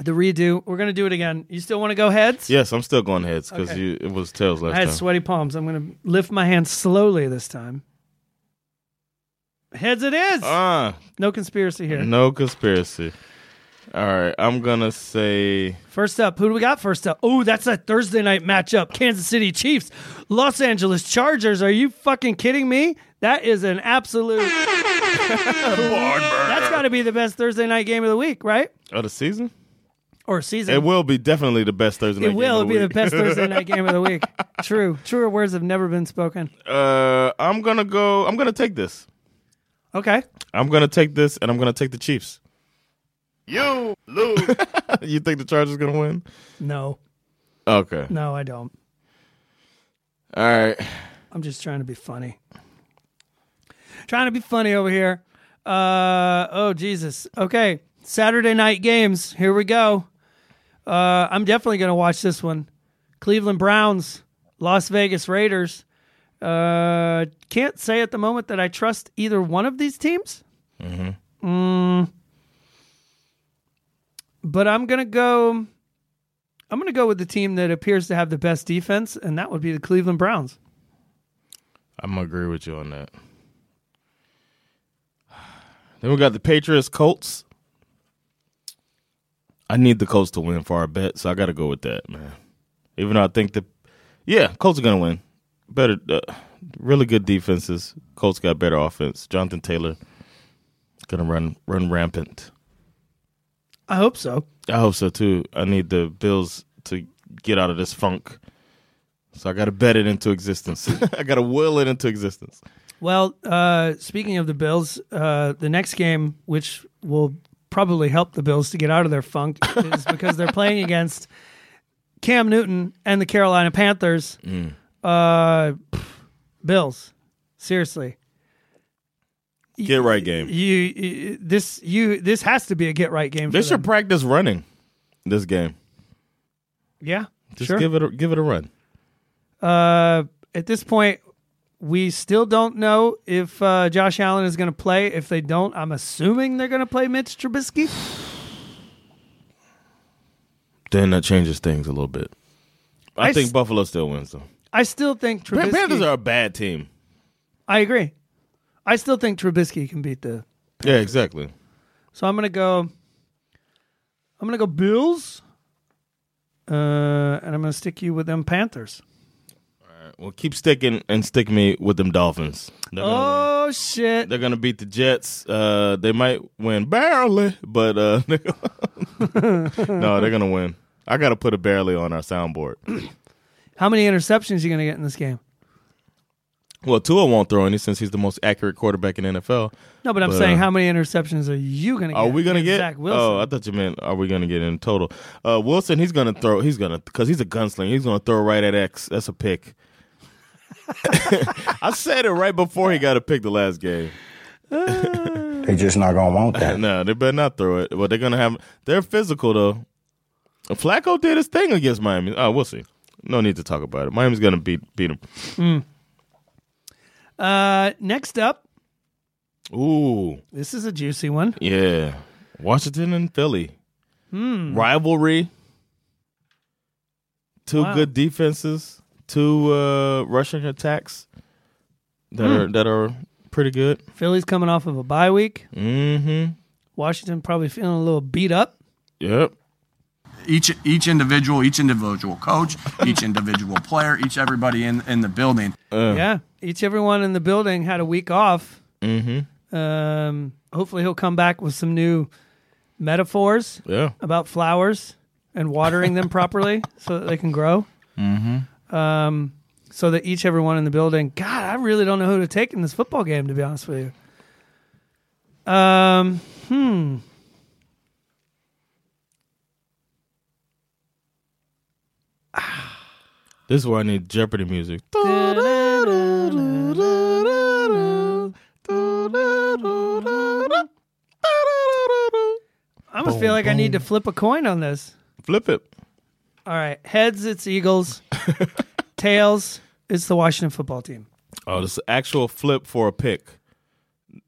Speaker 2: the redo we're gonna do it again you still want to go
Speaker 1: [LAUGHS]
Speaker 2: heads
Speaker 1: yes, I'm still going heads because
Speaker 2: Okay.
Speaker 1: you it was tails last
Speaker 2: i had
Speaker 1: time.
Speaker 2: sweaty palms i'm gonna lift my hands slowly this time Heads it is.
Speaker 1: Ah,
Speaker 2: no conspiracy here.
Speaker 1: no conspiracy. All right, I'm gonna say
Speaker 2: First up, who do we got first up? Oh, that's a Thursday night matchup. Kansas City Chiefs, Los Angeles Chargers. Are you fucking kidding me? That is an absolute. that's got to be the best Thursday night game of the week, right?
Speaker 1: of oh, the season.
Speaker 2: Or season.
Speaker 1: It will be definitely the best Thursday night.
Speaker 2: It
Speaker 1: game
Speaker 2: will
Speaker 1: of the
Speaker 2: be the
Speaker 1: week.
Speaker 2: best Thursday night game of the week. True. Truer words have never been spoken.
Speaker 1: [LAUGHS] Uh, I'm gonna go. I'm gonna take this.
Speaker 2: Okay.
Speaker 1: I'm gonna take this, and I'm gonna take the Chiefs.
Speaker 4: You lose.
Speaker 1: [LAUGHS] you think the Chargers gonna win?
Speaker 2: No.
Speaker 1: Okay.
Speaker 2: No, I don't.
Speaker 1: All right.
Speaker 2: I'm just trying to be funny. Trying to be funny over here. Uh oh Jesus. Okay. Saturday night games. Here we go. Uh I'm definitely gonna watch this one. Cleveland Browns, Las Vegas Raiders. Uh can't say at the moment that I trust either one of these teams. Mm-hmm. Mm, but I'm gonna go I'm gonna go with the team that appears to have the best defense, and that would be the Cleveland Browns.
Speaker 1: I'm gonna agree with you on that. [SIGHS] Then we got the Patriots Colts. I need the Colts to win for our bet, so I got to go with that, man. Even though I think the yeah Colts are gonna win. Better, uh, really good defenses. Colts got better offense. Jonathan Taylor gonna run run rampant.
Speaker 2: I hope so.
Speaker 1: I hope so too. I need the Bills to get out of this funk, so I got to bet it into existence. [LAUGHS] I got to will it into existence.
Speaker 2: Well, uh, speaking of the Bills, uh, the next game, which will probably help the Bills to get out of their funk, is because they're playing against Cam Newton and the Carolina Panthers. Uh, pff, Bills, seriously,
Speaker 1: Get right game.
Speaker 2: you, you this you this has to be a get right game.
Speaker 1: They
Speaker 2: for
Speaker 1: should
Speaker 2: them.
Speaker 1: practice running this game.
Speaker 2: yeah,
Speaker 1: Just
Speaker 2: sure.
Speaker 1: give it a, give it a run.
Speaker 2: Uh, at this point, we still don't know if uh, Josh Allen is going to play. If they don't, I'm assuming they're going to play Mitch Trubisky.
Speaker 1: Then that changes things a little bit. I,
Speaker 2: I
Speaker 1: think
Speaker 2: s-
Speaker 1: Buffalo still wins though.
Speaker 2: I still think
Speaker 1: Pan-
Speaker 2: Trubisky.
Speaker 1: Panthers are a bad team.
Speaker 2: I agree. I still think Trubisky can beat the.
Speaker 1: Yeah, exactly.
Speaker 2: So I'm gonna go. I'm gonna go Bills. Uh, and I'm gonna stick you with them Panthers.
Speaker 1: Well, keep sticking and stick me with them Dolphins. They're gonna, win.
Speaker 2: Oh shit!
Speaker 1: They're gonna beat the Jets. Uh, they might win barely, but uh, [LAUGHS] no, they're gonna [LAUGHS] win. I gotta put a barely on our soundboard.
Speaker 2: How many interceptions you gonna get in this game?
Speaker 1: Well, Tua won't throw any since he's the most accurate quarterback in NFL.
Speaker 2: No, but I'm
Speaker 1: But,
Speaker 2: saying
Speaker 1: uh,
Speaker 2: how many interceptions are you gonna?
Speaker 1: Are
Speaker 2: get
Speaker 1: we gonna
Speaker 2: with
Speaker 1: get
Speaker 2: Zach
Speaker 1: Oh, I
Speaker 2: Wilson?
Speaker 1: thought you meant are we gonna get in total? Uh, Wilson, he's gonna throw. He's gonna because he's a gunslinger. He's gonna throw right at X. That's a pick. [LAUGHS] I said it right before he got a pick the last game.
Speaker 4: They just not gonna want that.
Speaker 1: No, they better not throw it. But they're gonna have. They're physical though. Flacco did his thing against Miami. Oh, we'll see. No need to talk about it. Miami's gonna beat beat him. Oh,
Speaker 2: uh, next up,
Speaker 1: Ooh,
Speaker 2: this is a juicy one.
Speaker 1: yeah. Washington and Philly rivalry. Two
Speaker 2: Wow.
Speaker 1: good defenses, two uh, rushing attacks that are that are pretty good.
Speaker 2: Philly's coming off of a bye week.
Speaker 1: Mm-hmm.
Speaker 2: Washington probably feeling a little beat up.
Speaker 1: Yep.
Speaker 5: each each individual, each individual coach, each individual player, each everybody in in the building.
Speaker 2: Yeah, each everyone in the building had a week off. Mm-hmm. Um, hopefully, he'll come back with some new metaphors
Speaker 1: Yeah.
Speaker 2: about flowers and watering [LAUGHS] them properly so that they can grow. Mm-hmm. Um, so that each everyone in the building. God, I really don't know who to take in this football game. To be honest with you. Um. Hmm.
Speaker 1: This is where I need Jeopardy music.
Speaker 2: I almost feel like I need to flip a coin on this.
Speaker 1: Flip it.
Speaker 2: All right, heads it's [LAUGHS] Eagles, tails it's the Washington football team.
Speaker 1: Oh, this is actual flip for a pick.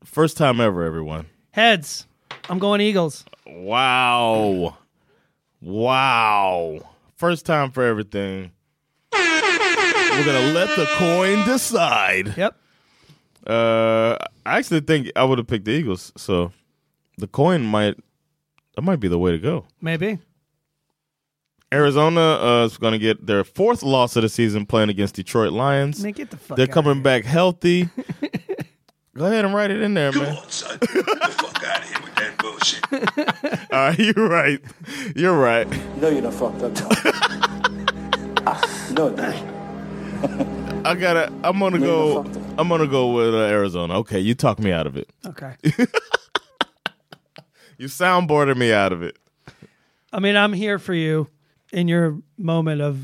Speaker 1: First time ever, everyone.
Speaker 2: Heads, I'm going Eagles.
Speaker 1: Wow. Wow. First time for everything. We're going to let the coin decide.
Speaker 2: Yep.
Speaker 1: Uh, I actually think I would have picked the Eagles. So the coin might that might be the way to go.
Speaker 2: Maybe.
Speaker 1: Arizona uh, is going to get their fourth loss of the season playing against Detroit Lions.
Speaker 2: Man, get the fuck
Speaker 1: They're
Speaker 2: outta
Speaker 1: coming back
Speaker 2: [LAUGHS]
Speaker 1: healthy. Go ahead and write it in there, man.
Speaker 6: son. Get the fuck out of here with that bullshit.
Speaker 1: [LAUGHS] All right, you're right. You're right.
Speaker 7: You know you're not fucked up.
Speaker 1: [LAUGHS]
Speaker 7: I know it.
Speaker 1: I gotta. I'm gonna go. I'm gonna go with uh, Arizona. Okay, you talk me out of it.
Speaker 2: [LAUGHS] Okay.
Speaker 1: You soundboarded me out of it.
Speaker 2: I mean, I'm here for you in your moment of,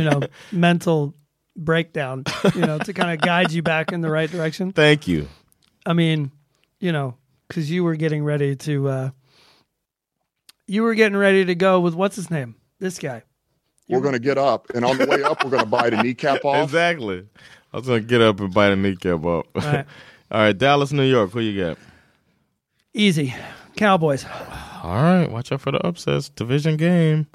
Speaker 1: [LAUGHS]
Speaker 2: know, mental breakdown, you know, to kind of guide you back in the right direction.
Speaker 1: Thank you.
Speaker 2: I mean, you know, because you were getting ready to, uh, you were getting ready to go with what's his name? This guy.
Speaker 8: We're going to get up, and on the way up, we're going to bite a kneecap off.
Speaker 1: Exactly. I was gonna get up and bite a kneecap up. All
Speaker 2: right.
Speaker 1: [LAUGHS] All right, Dallas, New York. Who you got?
Speaker 2: Easy. Cowboys.
Speaker 1: All right, watch out for the upsets. Division game,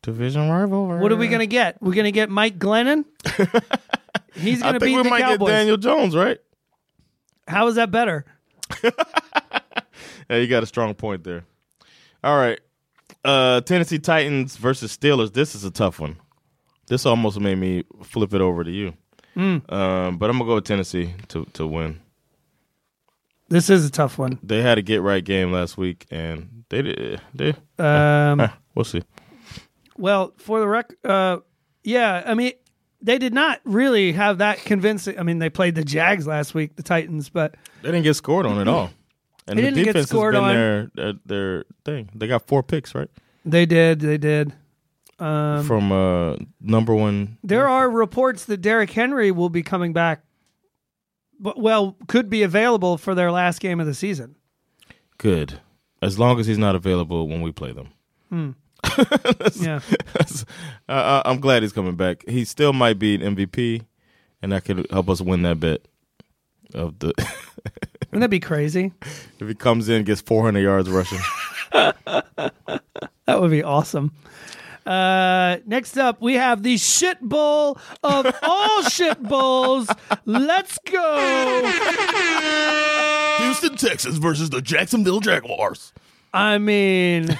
Speaker 1: division rivalry.
Speaker 2: What are we going to get? We're going to get
Speaker 1: [LAUGHS]
Speaker 2: Mike Glennon. He's
Speaker 1: I think
Speaker 2: going to beat
Speaker 1: we
Speaker 2: the
Speaker 1: might
Speaker 2: Cowboys.
Speaker 1: get Daniel Jones, right?
Speaker 2: How is that better?
Speaker 1: Yeah, you got a strong point there. All right, uh, Tennessee Titans versus Steelers. This is a tough one. This almost made me flip it over to you.
Speaker 2: Hmm.
Speaker 1: Um, but I'm gonna go with Tennessee to to win.
Speaker 2: This is a tough one.
Speaker 1: They had a get right game last week, and they did. They [LAUGHS]
Speaker 2: Um,
Speaker 1: eh, we'll see.
Speaker 2: Well, for the rec, uh, yeah, I mean, they did not really have that convincing. I mean, they played the Jags last week, the Titans, but
Speaker 1: They didn't get scored on at all. And
Speaker 2: They
Speaker 1: the
Speaker 2: didn't get
Speaker 1: defense
Speaker 2: scored
Speaker 1: has been
Speaker 2: on.
Speaker 1: Their, their their thing. They got four picks, right?
Speaker 2: they did, they did. Um,
Speaker 1: From uh number one.
Speaker 2: there are reports that Derrick Henry will be coming back, but well, could be available for their last game of the season.
Speaker 1: Good. As long as he's not available when we play them.
Speaker 2: [LAUGHS] Yeah,
Speaker 1: Uh, uh, I'm glad he's coming back. He still might be an MVP, and that could help us win that bet. Of the [LAUGHS]
Speaker 2: wouldn't that be crazy?
Speaker 1: if he comes in gets 400 yards rushing.
Speaker 2: That would be awesome. Uh, next up, we have the shit bowl of all shit bowls. Let's go.
Speaker 1: Houston Texans versus the Jacksonville Jaguars.
Speaker 2: I mean,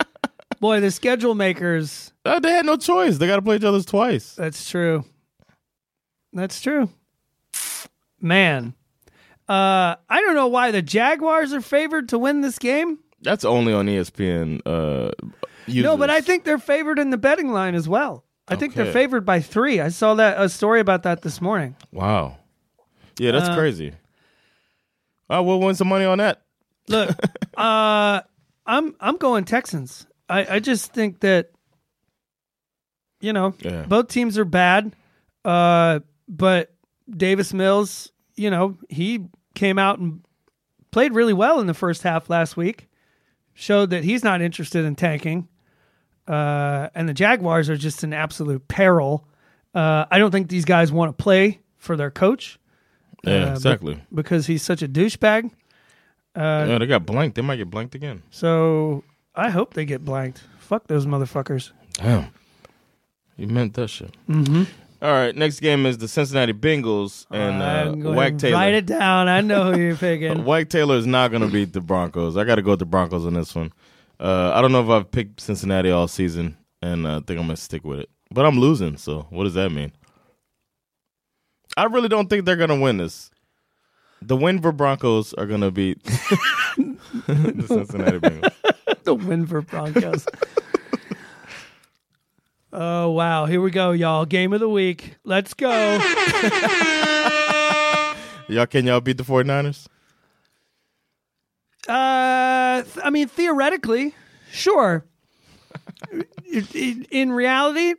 Speaker 2: [LAUGHS] boy, the schedule makers.
Speaker 1: Uh, they had no choice. They got to play each other twice.
Speaker 2: That's true. That's true. Man, uh, I don't know why the Jaguars are favored to win this game.
Speaker 1: That's only on E ESPN. Uh,
Speaker 2: No, but
Speaker 1: users.
Speaker 2: I think they're favored in the betting line as well. I think they're
Speaker 1: Okay.
Speaker 2: favored by three. I saw that a story about that this morning.
Speaker 1: Wow. Yeah, that's
Speaker 2: Uh,
Speaker 1: crazy. I will win some money on that.
Speaker 2: Look, uh, I'm I'm going Texans. I, I just think that you know
Speaker 1: Yeah.
Speaker 2: both teams are bad, uh, but Davis Mills, you know, he came out and played really well in the first half last week. Showed that he's not interested in tanking, uh, and the Jaguars are just in absolute peril. Uh, I don't think these guys want to play for their coach
Speaker 1: Yeah,
Speaker 2: Uh,
Speaker 1: exactly.
Speaker 2: because he's such a douchebag. uh,
Speaker 1: yeah, they got blanked. They might get blanked again.
Speaker 2: So I hope they get blanked. Fuck those motherfuckers.
Speaker 1: Damn. You meant that shit. Mm-hmm. right, next game is the Cincinnati Bengals and
Speaker 2: I'm
Speaker 1: uh,
Speaker 2: going
Speaker 1: Wack
Speaker 2: to
Speaker 1: Taylor.
Speaker 2: Write it down. I know who you're
Speaker 1: Uh,
Speaker 2: picking.
Speaker 1: Wag Taylor is not going to beat the Broncos. I got to go with the Broncos on this one. Uh, I don't know if I've picked Cincinnati all season, and uh, I think I'm going to stick with it. But I'm losing, so what does that mean? I really don't think they're going to win this. The Denver Broncos are going to beat [LAUGHS] the Cincinnati
Speaker 2: [LAUGHS]
Speaker 1: Bengals.
Speaker 2: the win for Broncos. [LAUGHS] oh wow, here we go, y'all. Game of the week. Let's go. Uh,
Speaker 1: Y'all, can y'all beat the 49ers?
Speaker 2: Uh, th- I mean, theoretically, sure. [LAUGHS] I- I- In reality,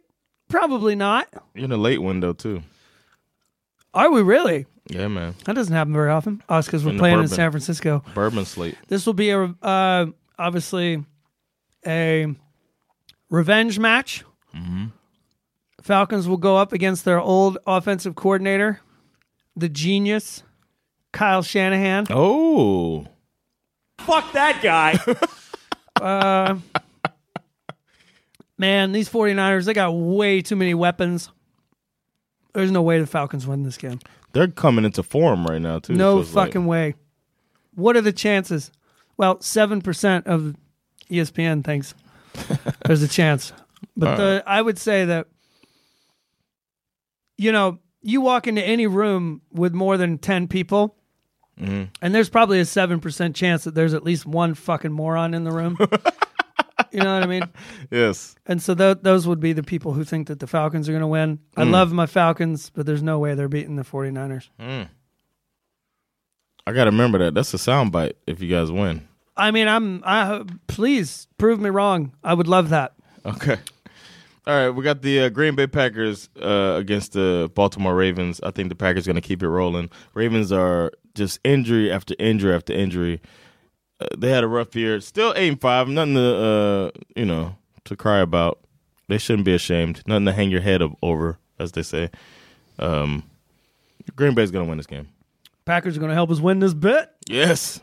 Speaker 2: probably not.
Speaker 1: You're in a late window, too.
Speaker 2: Are we really?
Speaker 1: Yeah, man.
Speaker 2: That doesn't happen very often. Us because we're
Speaker 1: And the
Speaker 2: playing in
Speaker 1: bourbon.
Speaker 2: San Francisco.
Speaker 1: Bourbon slate.
Speaker 2: This will be a uh, obviously a revenge match. Falcons will go up against their old offensive coordinator, the genius Kyle Shanahan.
Speaker 1: Oh.
Speaker 2: Man, these 49ers, they got way too many weapons. There's no way the Falcons win this game.
Speaker 1: They're coming into form right now too. so
Speaker 2: No
Speaker 1: it's like-
Speaker 2: fucking way. What are the chances? Well, seven percent of E ESPN thinks there's a chance, but the, I would say that you know you walk into any room with more than ten people, and there's probably a seven percent chance that there's at least one fucking moron in the room. you know what I mean?
Speaker 1: yes.
Speaker 2: And so th- those would be the people who think that the Falcons are going to win. I love my Falcons, but there's no way they're beating the 49ers.
Speaker 1: I gotta remember that. That's a soundbite if you guys win.
Speaker 2: I mean, I'm. I please prove me wrong. I would love that.
Speaker 1: Okay. All right, we got the uh, Green Bay Packers uh, against the Baltimore Ravens. I think the Packers going to keep it rolling. Ravens are just injury after injury after injury. Uh, they had a rough year. Still eight and five. Nothing to uh, you know to cry about. They shouldn't be ashamed. Nothing to hang your head up over, as they say. Um, Green Bay's going to win this game.
Speaker 2: Packers are going to help us win this bet.
Speaker 1: Yes.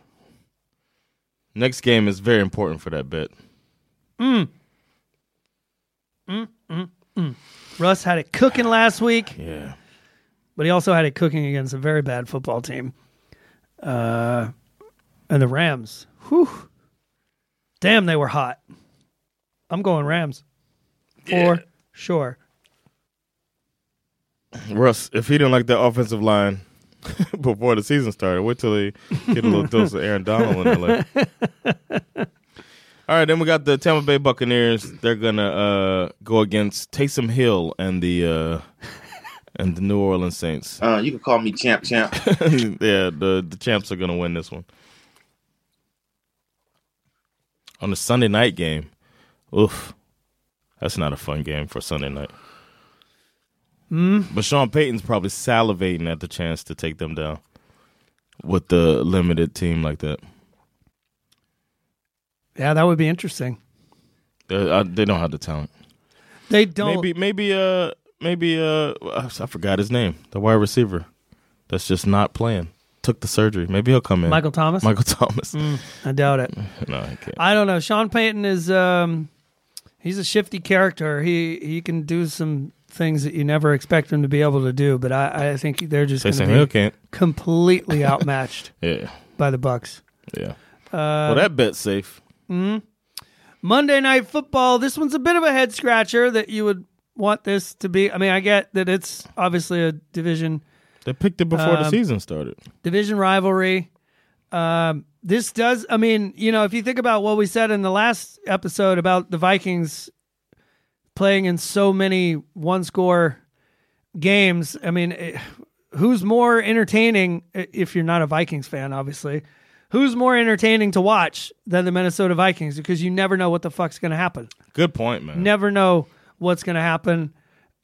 Speaker 1: Next game is very important for that bet.
Speaker 2: Russ had it cooking last week,
Speaker 1: Yeah.
Speaker 2: but he also had it cooking against a very bad football team, uh, and the Rams. Whew. Damn, they were hot. I'm going Rams for sure.
Speaker 1: Russ, if he didn't like that offensive line [LAUGHS] before the season started, wait till he get a little dose of Aaron Donald in there. Like. All right, then we got the Tampa Bay Buccaneers. They're gonna uh, go against Taysom Hill and the uh, and the New Orleans Saints.
Speaker 7: Uh, you can call me champ,
Speaker 1: [LAUGHS]
Speaker 7: champ.
Speaker 1: yeah, the the champs are gonna win this one. On the Sunday night game, oof, that's not a fun game for Sunday night.
Speaker 2: Hmm?
Speaker 1: But Sean Payton's probably salivating at the chance to take them down with the limited team like that.
Speaker 2: Yeah, that would be interesting.
Speaker 1: They, Uh, I, they don't have the talent.
Speaker 2: They don't.
Speaker 1: Maybe, maybe, uh, maybe, uh, I I forgot his name. The wide receiver that's just not playing took the surgery. Maybe he'll come in.
Speaker 2: Michael Thomas? Hmm.
Speaker 1: Michael [LAUGHS] Thomas.
Speaker 2: I doubt it.
Speaker 1: [LAUGHS] No, I can't.
Speaker 2: I don't know. Sean Payton is um he's a shifty character. He he can do some things that you never expect him to be able to do, but I, I think they're just
Speaker 1: Taysom
Speaker 2: going
Speaker 1: Hill
Speaker 2: to be
Speaker 1: can't. [LAUGHS]
Speaker 2: completely outmatched
Speaker 1: Yeah,
Speaker 2: by the Bucks.
Speaker 1: yeah.
Speaker 2: Uh,
Speaker 1: well, that bet's safe.
Speaker 2: Monday night football. This one's a bit of a head scratcher that you would want this to be. I mean, I get that it's obviously a division
Speaker 1: They picked it before
Speaker 2: um,
Speaker 1: the season started.
Speaker 2: division rivalry. Um, this does, I mean, you know, if you think about what we said in the last episode about the Vikings playing in so many one score games, I mean, eh, who's more entertaining i- if you're not a Vikings fan, obviously? Who's more entertaining to watch than the Minnesota Vikings? Because you never know what the fuck's going to happen
Speaker 1: Good point, man.
Speaker 2: never know what's going to happen.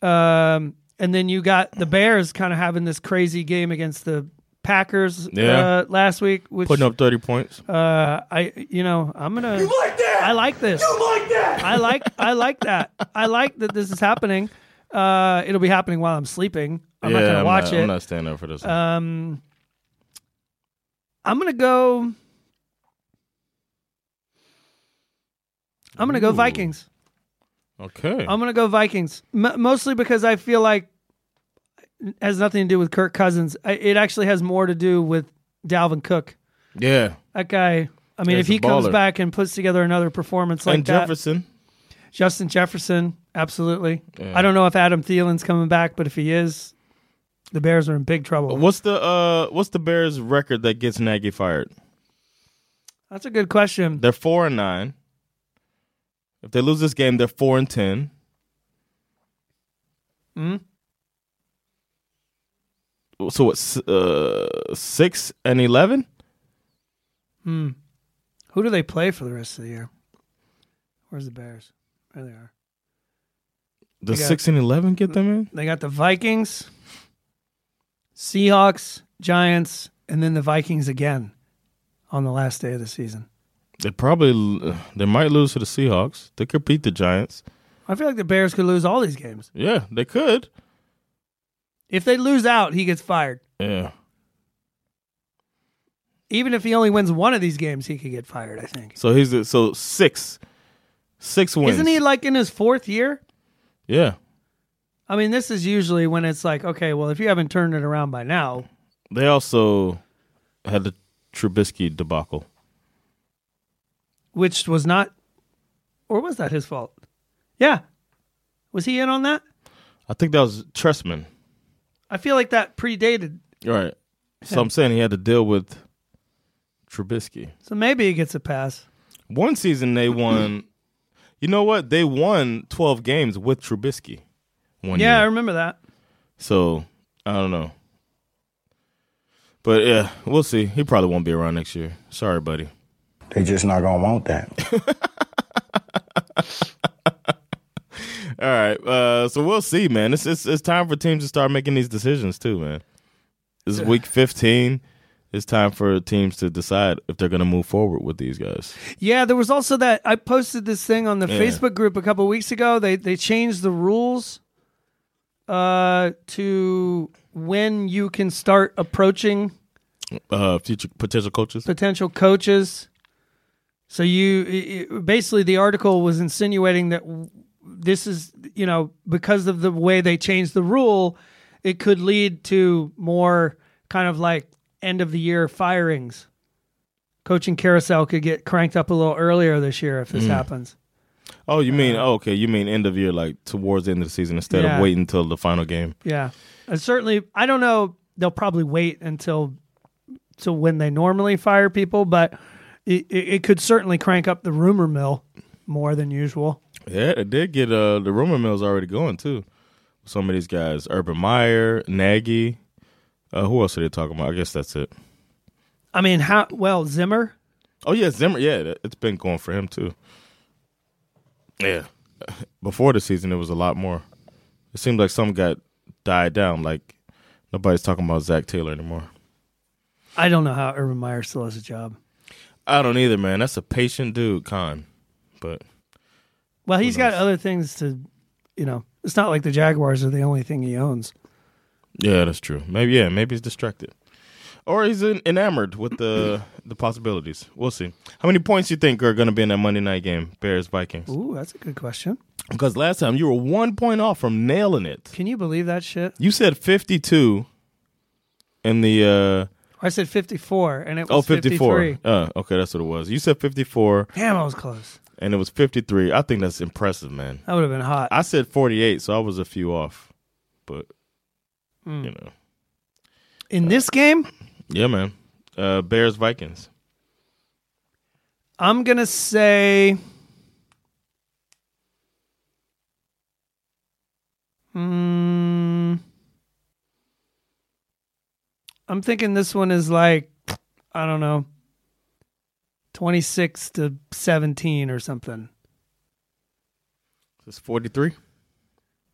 Speaker 2: Um, and then you got the Bears kind of having this crazy game against the Packers
Speaker 1: Yeah.
Speaker 2: uh, last week, which
Speaker 1: Putting up thirty points.
Speaker 2: uh, I you know I'm gonna. You like that? I like this. You like that? I like I like that. I like that this is happening. Uh, it'll be happening while I'm sleeping. I'm not gonna
Speaker 1: I'm
Speaker 2: watch
Speaker 1: not,
Speaker 2: it.
Speaker 1: I'm not standing up for this. one.
Speaker 2: Um, I'm gonna go. I'm gonna go
Speaker 1: Ooh.
Speaker 2: Vikings.
Speaker 1: okay.
Speaker 2: I'm gonna go Vikings, M- mostly because I feel like it has nothing to do with Kirk Cousins. I, it actually has more to do with Dalvin Cook.
Speaker 1: yeah.
Speaker 2: That guy. I mean,
Speaker 1: He's
Speaker 2: if he
Speaker 1: a
Speaker 2: comes
Speaker 1: baller.
Speaker 2: back and puts together another performance like
Speaker 1: and
Speaker 2: that,
Speaker 1: Jefferson.
Speaker 2: Justin Jefferson, absolutely. I don't know if Adam Thielen's coming back, but if he is, the Bears are in big trouble.
Speaker 1: What's the uh what's the Bears record that gets Nagy fired?
Speaker 2: That's a good question.
Speaker 1: They're four and nine. If they lose this game, they're four and ten.
Speaker 2: Mm-hmm.
Speaker 1: Hmm. So what's uh six and eleven?
Speaker 2: Who do they play for the rest of the year? Where's the Bears? There they are.
Speaker 1: Does
Speaker 2: got-
Speaker 1: six and eleven get them in?
Speaker 2: They got the Vikings, Seahawks, Giants, and then the Vikings again on the last day of the season.
Speaker 1: They probably they might lose to the Seahawks. They could beat the Giants.
Speaker 2: I feel like the Bears could lose all these games.
Speaker 1: Yeah, they could.
Speaker 2: If they lose out, he gets fired.
Speaker 1: Yeah.
Speaker 2: Even if he only wins one of these games, he could get fired, I think.
Speaker 1: So he's the, so six, six wins.
Speaker 2: Isn't he like in his fourth year?
Speaker 1: Yeah.
Speaker 2: I mean, this is usually when it's like, okay, well, if you haven't turned it around by now,
Speaker 1: They also had the Trubisky debacle.
Speaker 2: which was not, or was that his fault? Yeah, was he in on that?
Speaker 1: I think that was Tressman.
Speaker 2: I feel like that predated,
Speaker 1: Right. So I'm saying he had to deal with Trubisky.
Speaker 2: so maybe he gets a pass.
Speaker 1: One season they won. you know what? They won 12 games with Trubisky. One
Speaker 2: yeah, I
Speaker 1: year.
Speaker 2: remember that.
Speaker 1: So I don't know. But yeah, we'll see. He probably won't be around next year. Sorry, buddy.
Speaker 4: They just not gonna want that.
Speaker 1: All right. Uh, so we'll see, man. It's, it's it's time for teams to start making these decisions too, man. This is week 15. It's time for teams to decide if they're going to move forward with these guys.
Speaker 2: Yeah, there was also that I posted this thing on the
Speaker 1: Yeah.
Speaker 2: Facebook group a couple weeks ago. They they changed the rules uh to when you can start approaching
Speaker 1: Uh, future potential coaches.
Speaker 2: potential coaches. So you i- i basically the article was insinuating that w- this is you know because of the way they changed the rule, it could lead to more kind of like end of the year firings. Coaching carousel could get cranked up a little earlier this year if this happens.
Speaker 1: Oh, you mean oh, okay? You mean end of year, like towards the end of the season, instead
Speaker 2: Yeah.
Speaker 1: of waiting until the final game.
Speaker 2: Yeah, and certainly I don't know. They'll probably wait until to when they normally fire people, but it, it, it could certainly crank up the rumor mill more than usual.
Speaker 1: Yeah, it did get uh the rumor mill's already going too. Some of these guys, Urban Meyer, Nagy. Uh, who else are they talking about? I guess that's it.
Speaker 2: I mean, how well Zimmer?
Speaker 1: Oh yeah, Zimmer. Yeah, that- it's been going for him too. Yeah. Before the season, it was a lot more. It seemed like some got died down. Like nobody's talking about Zach Taylor anymore.
Speaker 2: I don't know how Urban Meyer still has a job.
Speaker 1: I don't either, man. That's a patient dude, Khan. But
Speaker 2: Well, he's got other things to, you know. It's not like the Jaguars are the only thing he owns.
Speaker 1: Yeah, that's true. Maybe yeah, maybe he's distracted, or he's en- enamored with the [CLEARS THROAT] the possibilities. We'll see. How many points you think are going to be in that Monday night game, Bears Vikings?
Speaker 2: Ooh, that's a good question.
Speaker 1: Because last time you were one point off from nailing it.
Speaker 2: Can you believe that shit?
Speaker 1: You said fifty two, in the uh,
Speaker 2: I said fifty-four, and it was
Speaker 1: oh 54.
Speaker 2: 53.
Speaker 1: Uh, okay, that's what it was. You said fifty four,
Speaker 2: Damn, I was close.
Speaker 1: and it was fifty three. I think that's impressive, man.
Speaker 2: That would have been hot.
Speaker 1: I said forty eight, so I was a few off, but
Speaker 2: Hmm.
Speaker 1: you know,
Speaker 2: In this game,
Speaker 1: yeah, man. Uh, Bears Vikings.
Speaker 2: I'm gonna say. Hmm. I'm thinking this one is like, I don't know, 26 to 17 or something.
Speaker 1: It's forty three.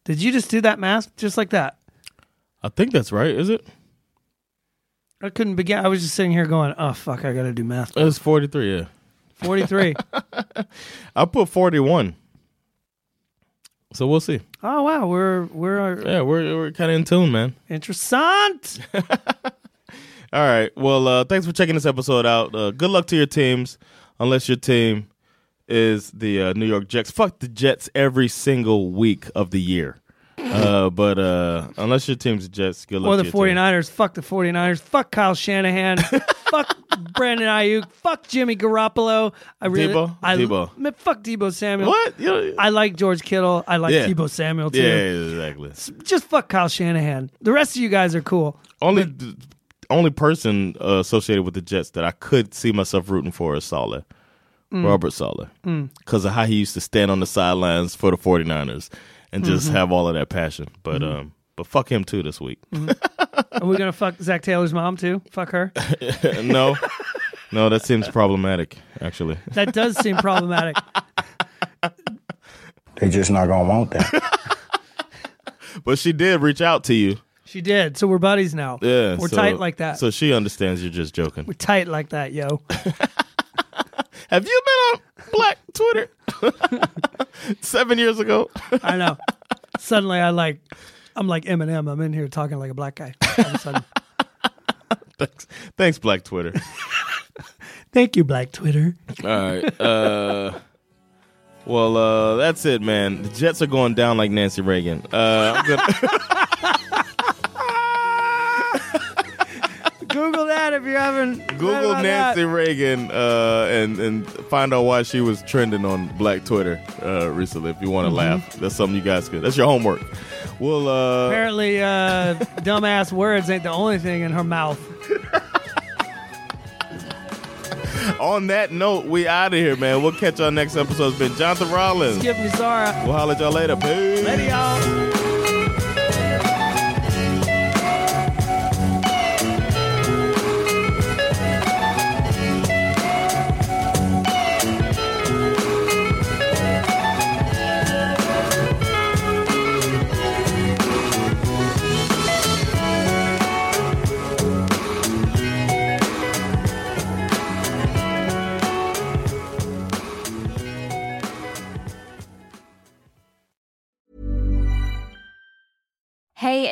Speaker 2: Did you just do that math just like that?
Speaker 1: I think that's right. Is it?
Speaker 2: I couldn't begin. I was just sitting here going, oh, fuck, I got to do math.
Speaker 1: It's 43, yeah.
Speaker 2: 43.
Speaker 1: I put 41. So we'll see.
Speaker 2: oh, wow. We're, we're
Speaker 1: Yeah, we're, we're kind of in tune, man.
Speaker 2: interessant.
Speaker 1: All right. Well, uh, thanks for checking this episode out. Uh, good luck to your teams, unless your team is the uh, New York Jets. Fuck the Jets every single week of the year. Uh, but uh, unless your team's the Jets, good luck
Speaker 2: Or the
Speaker 1: to your team.
Speaker 2: 49ers. Fuck the 49ers. Fuck
Speaker 1: [LAUGHS]
Speaker 2: Kyle Shanahan. fuck Brandon Ayuk. Fuck Jimmy Garoppolo. I really,
Speaker 1: Debo?
Speaker 2: I,
Speaker 1: Debo.
Speaker 2: Man, fuck Debo Samuel.
Speaker 1: What? You know-
Speaker 2: I like George Kittle. I like
Speaker 1: Yeah.
Speaker 2: Debo Samuel too.
Speaker 1: yeah, exactly.
Speaker 2: Just fuck Kyle Shanahan. The rest of you guys are cool.
Speaker 1: Only the only person uh, associated with the Jets that I could see myself rooting for is Saleh,
Speaker 2: Mm.
Speaker 1: Robert Saleh, because of how he used to stand on the sidelines for the 49ers and
Speaker 2: Mm-hmm.
Speaker 1: just have all of that passion. But um, but fuck him too this
Speaker 2: [LAUGHS]
Speaker 1: week. Uh,
Speaker 2: Are we gonna fuck Zach Taylor's mom too? Fuck her.
Speaker 1: no, no, that seems problematic.
Speaker 2: [LAUGHS]
Speaker 1: Actually,
Speaker 2: That does
Speaker 1: [LAUGHS]
Speaker 2: seem problematic.
Speaker 4: They just not gonna want that.
Speaker 1: but she did reach out to you.
Speaker 2: She did. So we're buddies now.
Speaker 1: Yeah,
Speaker 2: We're
Speaker 1: so-
Speaker 2: tight like that.
Speaker 1: So she understands you're just joking.
Speaker 2: we're tight like that, yo.
Speaker 1: Have you been on Black
Speaker 2: [LAUGHS]
Speaker 1: Twitter [LAUGHS] seven years ago? [LAUGHS]
Speaker 2: I know. Suddenly I like I'm like Eminem. I'm in here talking like a black guy. All of
Speaker 1: [LAUGHS]
Speaker 2: a sudden.
Speaker 1: thanks, thanks, Black Twitter.
Speaker 2: Thank you, Black Twitter.
Speaker 1: All right. Uh, Well, uh, that's it, man. The Jets are going down like Nancy Reagan. Uh, I'm
Speaker 2: [LAUGHS]
Speaker 1: gonna,
Speaker 2: Google that if you're having
Speaker 1: Google Nancy Reagan uh, and and find out why she was trending on Black Twitter uh, recently. If you want to
Speaker 2: Mm-hmm.
Speaker 1: laugh, that's something you guys could. That's your homework. Well, uh,
Speaker 2: Apparently, uh, dumbass words ain't the only thing in her mouth.
Speaker 1: on that note, we out of here, man. We'll catch y'all next episode. It's been Jonathan Rollins.
Speaker 2: Give me Zara.
Speaker 1: We'll holler at y'all later. Peace.
Speaker 2: Later, y'all.
Speaker 7: Hey,